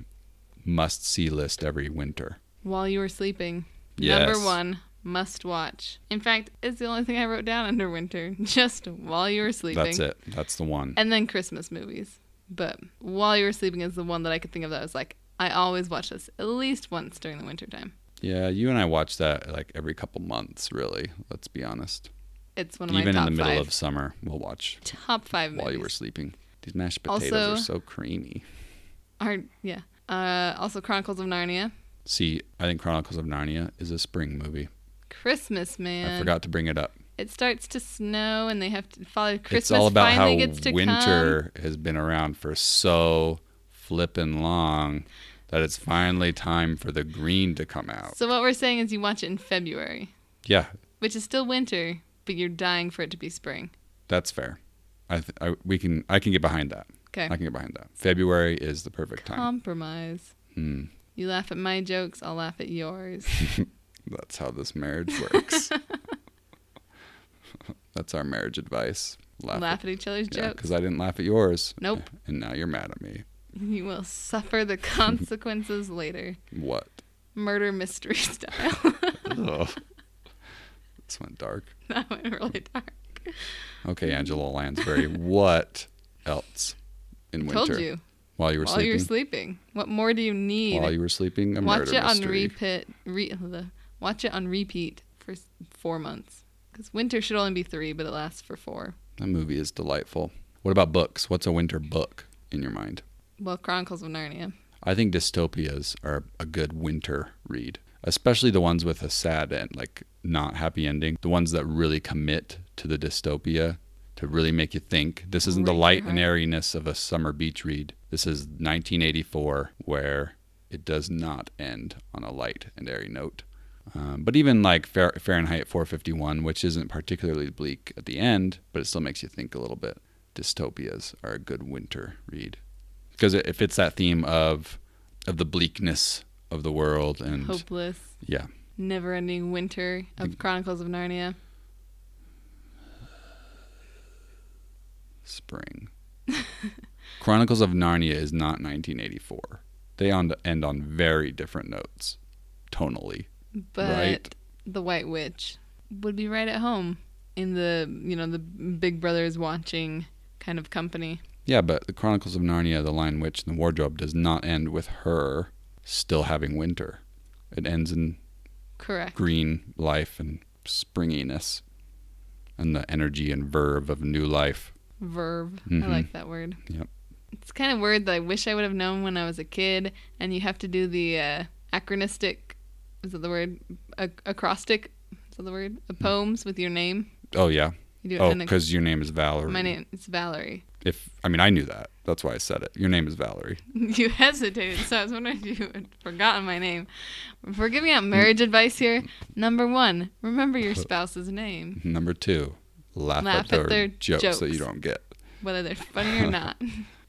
must see list every winter? While you were sleeping. Yes. Number one, must watch. In fact, it's the only thing I wrote down (laughs) under winter. Just while you were sleeping. That's it. That's the one. And then Christmas movies. But while you were sleeping is the one that I could think of that I was like, I always watch this at least once during the wintertime. yeah, you and I watch that like every couple months, really. Let's be honest. It's one of Even my in top the middle five. of summer, we'll watch top five movies. while you were sleeping. These mashed potatoes are Also- so creamy. Are- yeah. Uh, also, Chronicles of Narnia. See, I think Chronicles of Narnia is a spring movie. Christmas man. I forgot to bring it up. It starts to snow, and they have to follow. Christmas it's all about finally how gets to come. winter has been around for so flippin' long that it's finally time for the green to come out. So what we're saying is, you watch it in February, Yeah, which is still winter, but you're dying for it to be spring. that's fair. I, th- I we can I can get behind that. Okay. Um, I can get behind that. February is the perfect time. Compromise. Hmm. You laugh at my jokes, I'll laugh at yours. That's how this (laughs) marriage works. (laughs) that's our marriage advice. (laughs) laugh, Laugh, at each other's yeah, jokes. because I didn't laugh at yours. Nope. (laughs) And now you're mad at me. You will (laughs) suffer the consequences later. What? (laughs) Murder mystery (laughs) style. Ugh. this went dark. that went really dark. Okay, Angela Lansbury, what else in winter? Told you. While you were While sleeping. you're sleeping. What more do you need? While you were sleeping, a watch murder it on mystery. repeat. Re, the, watch it on repeat for s- four months. Because winter should only be three, but it lasts for four. That movie is delightful. What about books? What's a winter book in your mind? Well, Chronicles of Narnia. I think dystopias are a good winter read, especially the ones with a sad end, like not happy ending. The ones that really commit to the dystopia to really make you think. This isn't the Break your light and heart. airiness of a summer beach read. This is 1984, where it does not end on a light and airy note. Um, but even like Fahr- Fahrenheit 451, which isn't particularly bleak at the end, but it still makes you think a little bit. Dystopias are a good winter read because it, it fits that theme of of the bleakness of the world and Hopeless, yeah never ending winter of Chronicles of Narnia. spring (laughs) chronicles of narnia is not 1984 they on, end on very different notes tonally But Right. the White Witch would be right at home in the, you know, the Big Brother is watching kind of company. yeah but the chronicles of narnia the lion witch and the wardrobe does not end with her still having winter it ends in Correct. green life and springiness and the energy and verve of new life Verve. I Mhm. like that word. Yep. It's kind of word that I wish I would have known when I was a kid. And you have to do the uh, acronistic, is that the word? Ac- acrostic, is that the word? Of poems with your name. oh yeah You do Hmm. oh an ac- because your name is valerie My name is Valerie. (laughs) if i mean i knew that that's why i said it your name is valerie You hesitated, so I was wondering if you had forgotten my name. If we're giving out marriage advice here, number one, remember your spouse's name, Number two, laugh, Laugh at their, at their jokes, that you jokes. don't get. whether they're funny (laughs) or not.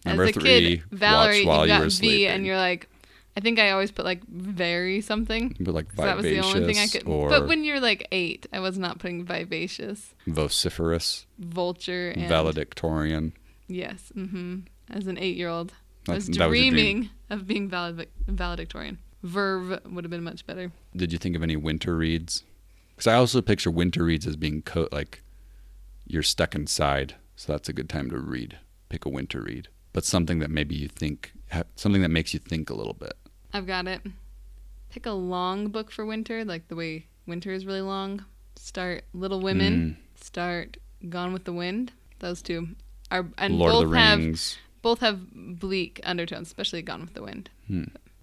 Number As a three, kid, Valerie, watch while you you got were V, sleeping. and you're like, I think I always put like very something. But like So that was vivacious the only thing I could. or But when you're like eight, I was not putting vivacious, vociferous, vulture, and valedictorian. Yes, hmm as an eight-year-old, I That- was that was your dream. dreaming of being valedic- valedictorian. Verve would have been much better. Did you think of any winter reads? Because I also picture winter reads as being co- like you're stuck inside, so that's a good time to read. Pick a winter read, but something that maybe you think, ha- something that makes you think a little bit. I've got it. Pick a long book for winter, like the way winter is really long. Start Little Women. Mm. Start Gone with the Wind. Those two are and Lord of both the have Rings. both have bleak undertones, especially Gone with the Wind.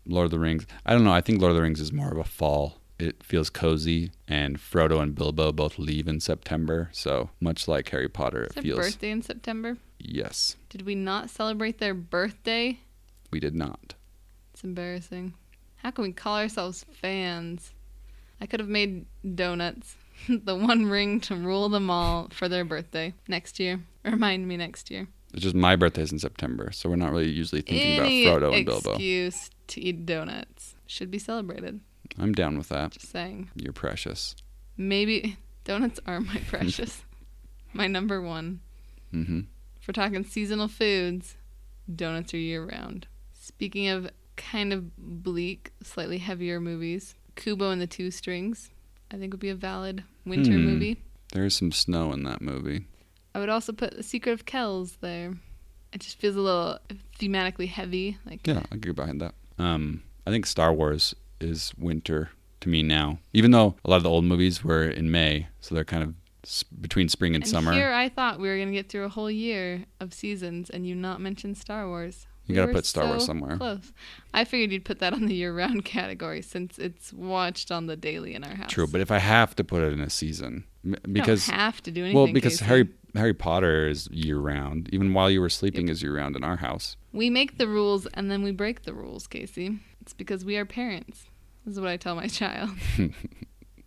Lord of the Rings. I don't know. I think Lord of the Rings is more of a fall. It feels cozy, and Frodo and Bilbo both leave in September. So much like Harry Potter, Is it their feels birthday in September? yes. Did we not celebrate their birthday? We did not. It's embarrassing. How can we call ourselves fans? I could have made donuts, (laughs) the one ring to rule them all for their birthday next year. Remind me next year. It's just my birthday's in September, so we're not really usually thinking Any about Frodo and Bilbo. excuse to eat donuts should be celebrated. I'm down with that. Just saying. (laughs) You're precious. (laughs) Maybe donuts are my precious. my number one. Mm-hmm. If we're talking seasonal foods, donuts are year round. Speaking of kind of bleak, slightly heavier movies, Kubo and the Two Strings, I think would be a valid winter Hmm. movie. There's some snow in that movie. I would also put The Secret of Kells there. It just feels a little thematically heavy. Like Yeah, I could get behind that. Um, I think Star Wars is winter to me now, even though a lot of the old movies were in May, so they're kind of s- between spring and, and summer. here I thought we were gonna get through a whole year of seasons and you not mention Star Wars. You We gotta were put Star Wars so somewhere. Close. I figured you'd put that on the year-round (laughs) category since it's watched on the daily in our house. True, but if I have to put it in a season, m- because you don't have to do anything. well, because Casey. Harry Harry Potter is year round. Even while you were sleeping is year round in our house. we make the rules and then we break the rules, Casey. It's because we are parents. This is what I tell my (laughs) (laughs) child,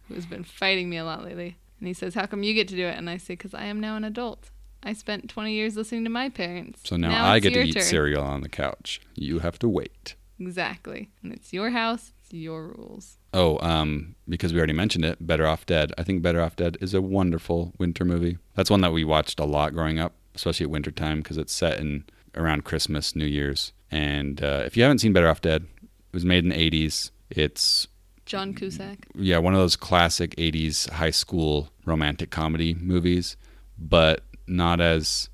who's been fighting me a lot lately. And he says, "How come you get to do it?" And I say, "Because I am now an adult. I spent 20 years listening to my parents. So now, I it's get to your eat turn." cereal on the couch. You have to wait. Exactly. And it's your house. It's your rules. Oh, um, because we already mentioned it, Better Off Dead. I think Better Off Dead is a wonderful winter movie. That's one that we watched a lot growing up, especially at wintertime, because it's set in around Christmas, New Year's. And uh, if you haven't seen Better Off Dead, it was made in the 80s. It's John Mm-hmm. Cusack. yeah, one of those classic 80s high school romantic comedy movies, but not as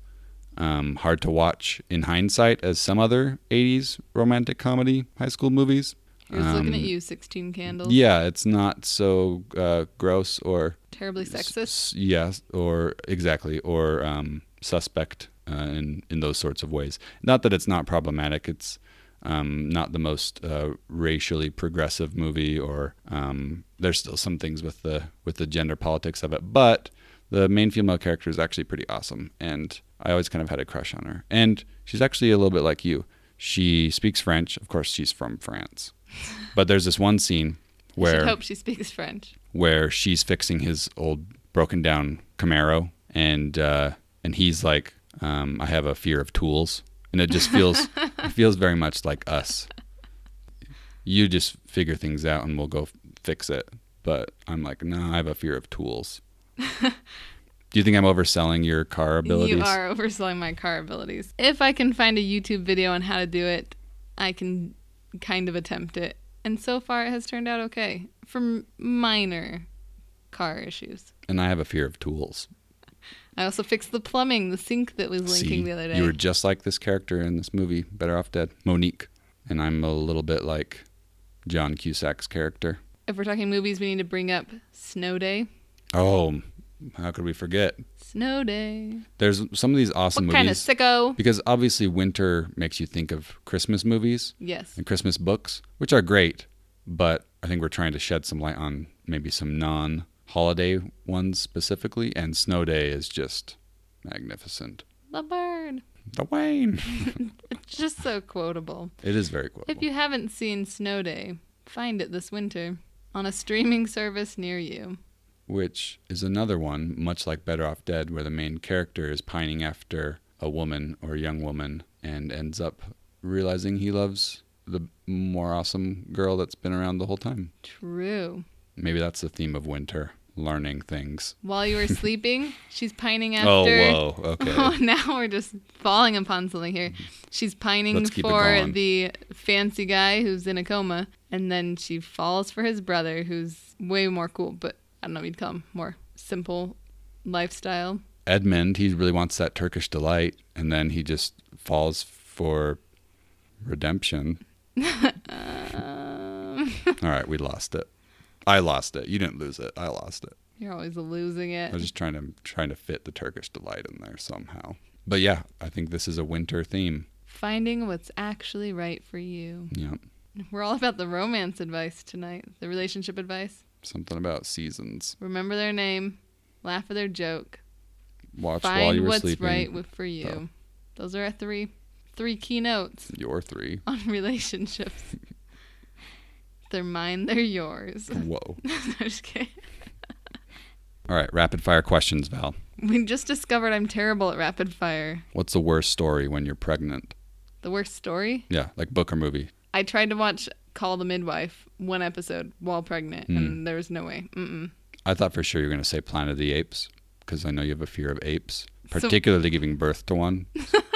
um, hard to watch in hindsight as some other 80s romantic comedy high school movies. He was looking Um, at you, 16 candles. Yeah, it's not so uh, gross or Terribly sexist. s- yes, or exactly, or um, suspect uh, in in those sorts of ways. Not that it's not problematic. It's um, not the most uh, racially progressive movie, or um, there's still some things with the with the gender politics of it. But the main female character is actually pretty awesome, and I always kind of had a crush on her. And she's actually a little bit like you. She speaks French. Of course, she's from France. But there's this one scene I where should hope she speaks French. where she's fixing his old broken down Camaro, and uh, and he's like, um, I have a fear of tools, and it just (laughs) feels it feels very much like us. You just figure things out, and we'll go f- fix it. But I'm like, no, I have a fear of (laughs) tools. Do you think I'm overselling your car abilities? You are overselling my car abilities. If I can find a YouTube video on how to do it, I can kind of attempt it. And so far, it has turned out okay for m- minor car issues. And I have a fear of tools. I also fixed the plumbing, the sink that was linking See, the other day. you were just like this character in this movie, Better Off Dead, Monique, and I'm a little bit like John Cusack's character. if we're talking movies, we need to bring up Snow Day. Oh, how could we forget? Snow Day. There's some of these awesome what movies kind of sicko? because obviously winter makes you think of Christmas movies Yes. and Christmas books, which are great, but I think we're trying to shed some light on maybe some non-holiday ones specifically, and Snow Day is just magnificent. The bird. The Wayne. It's just so quotable. it is very quotable. If you haven't seen Snow Day, find it this winter on a streaming service near you. which is another one, much like Better Off Dead, where the main character is pining after a woman or a young woman and ends up realizing he loves the more awesome girl that's been around the whole time. True. Maybe that's the theme of winter learning things. (laughs) While you were sleeping, she's pining after. Oh, (laughs) whoa. Oh, Okay. now we're just falling upon something here. She's pining Let's keep it for going. the fancy guy who's in a coma, and then she falls for his brother, who's way more cool, but I don't know, what you'd call him more simple lifestyle. Edmund, he really wants that Turkish delight, and then he just falls for (laughs) redemption. Um, All right, we lost it. I lost it. You didn't lose it. I lost it. you're always losing I was it. just trying to trying to fit the Turkish delight in there somehow. But yeah, I think this is a winter theme. Finding what's actually right for you. Yeah, We're all about the romance advice tonight, the relationship advice. something about seasons. Remember their name, laugh at their joke, Watch find while you were what's sleeping. right wi- for you. Oh. Those are our three three keynotes (laughs) Your three. on relationships. (laughs) they're mine, they're yours. (laughs) Whoa. I'm just kidding. All right, rapid fire questions, Val. We just discovered I'm terrible at rapid fire. What's the worst story when you're pregnant? The worst story? Yeah, like book or movie. I tried to watch Call the Midwife one Hmm. episode while pregnant, and there was no way. Mm-mm. I thought for sure you were going to say Planet of the Apes. because I know you have a fear of apes, So- particularly giving birth to one,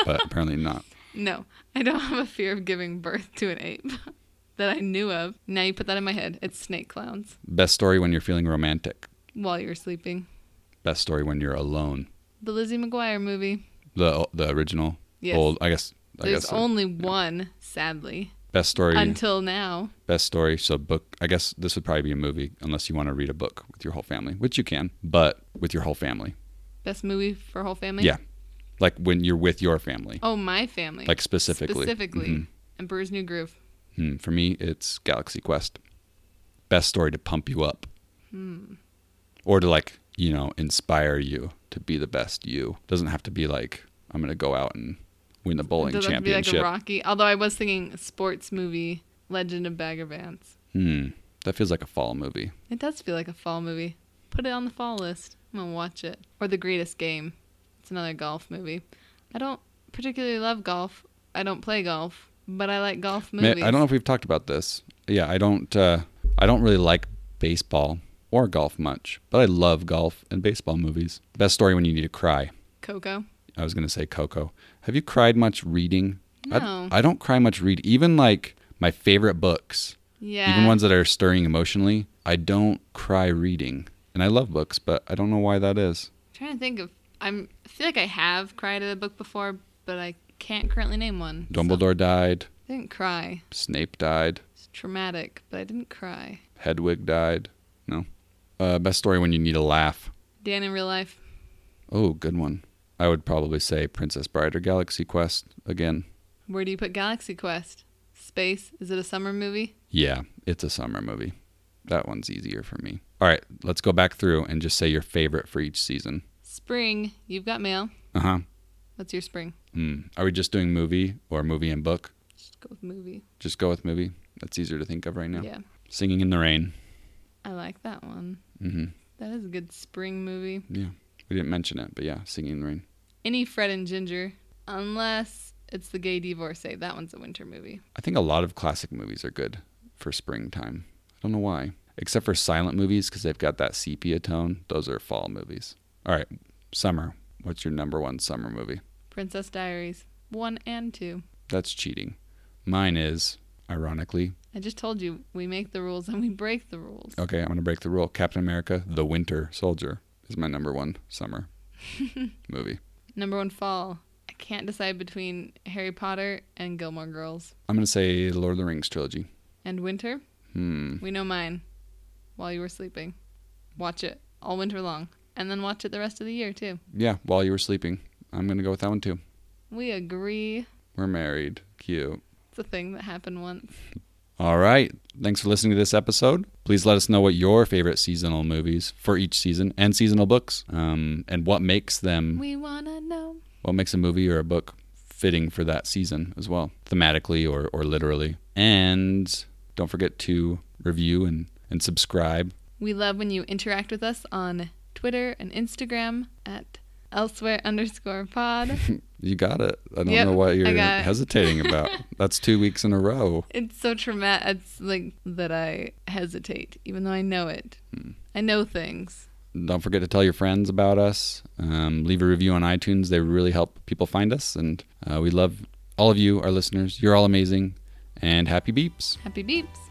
but apparently not. No, I don't have a fear of giving birth to an ape (laughs) that I knew of. Now you put that in my head. It's snake clowns Best story when you're feeling romantic. while you're sleeping. Best story when you're alone. The Lizzie McGuire movie. The the original Yes. old. I guess. I There's guess uh, only one, sadly, best story. until now. best story. So book. I guess this would probably be a movie unless you want to read a book with your whole family, which you can, but with your whole family. Best movie for whole family? Yeah. Like when you're with your family, Oh, my family. like specifically. Specifically. Mhm. Emperor's New Groove. Hmm, for me, it's Galaxy Quest. Best story to pump you up. Hmm. Or to like, you know, inspire you to be the best you. Doesn't have to be like, I'm going to go out and win the bowling Does that be like championship. a Rocky? Although I was thinking sports movie, Legend of Bagger Vance. hmm. That feels like a fall movie. It does feel like a fall movie. Put it on the fall list. I'm gonna watch it. Or The Greatest Game. It's another golf movie. I don't particularly love golf. I don't play golf, but I like golf Ma- movies. I don't know if we've talked about this. Yeah, I don't uh, I don't really like baseball or golf much, but I love golf and baseball movies. Best story when you need to cry. Coco. I was going to say Coco. Have you cried much reading? No. I, I don't cry much read. Even like my favorite books, Yeah. even ones that are stirring emotionally, I don't cry reading. And I love books, but I don't know why that is. trying to think of. I'm. I feel like I have cried at a book before, but I can't currently name one. so- Dumbledore died, I didn't cry. Snape died, It's traumatic, but I didn't cry. Hedwig died. No. Uh, best story when you need a laugh. Dan in real life. Oh, good one. I would probably say Princess Bride or Galaxy Quest again. Where do you put Galaxy Quest? Space? Is it a summer movie? Yeah, it's a summer movie. That one's easier for me. All right, let's go back through and just say your favorite for each season. Spring. You've got mail. Uh huh. What's your spring? Mm. Are we just doing movie or movie and book? Just go with movie. Just go with movie. That's easier to think of right now. Yeah. Singing in the Rain. I like that one. hmm That is a good spring movie. Yeah. We didn't mention it, but yeah, Singing in the Rain. Any Fred and Ginger, unless it's the gay divorcee. That one's a winter movie. I think a lot of classic movies are good for springtime. I don't know why, except for silent movies because they've got that sepia tone. Those are fall movies. All right, summer. What's your number one summer movie? Princess Diaries, one and two. That's cheating. Mine is, ironically, I just told you we make the rules and we break the rules. okay, I'm going to break the rule. Captain America, The Winter Soldier is my number one summer movie. Number one fall. I can't decide between Harry Potter and Gilmore Girls. I'm going to say The Lord of the Rings trilogy. And winter, Hmm. we know mine. While you were sleeping, watch it all winter long, and then watch it the rest of the year too. Yeah, while you were sleeping. I'm going to go with that one too. We agree. We're married. Cute. It's a thing that happened once. All right. Thanks for listening to this episode. Please let us know what your favorite seasonal movies for each season and seasonal books, um, and what makes them, We wanna know. what makes a movie or a book fitting for that season as well, thematically or, or literally. And don't forget to review and, and subscribe. We love when you interact with us on Twitter and Instagram at elsewhere underscore pod. You got it. I don't Yep, know what you're I got it. hesitating (laughs) about. That's two weeks in a row. it's so traumatic. It's like that I hesitate, even though I know it. I know things. Don't forget to tell your friends about us. Um, leave a review on iTunes. They really help people find us. And uh, we love all of you, our listeners. You're all amazing. And happy beeps. Happy beeps.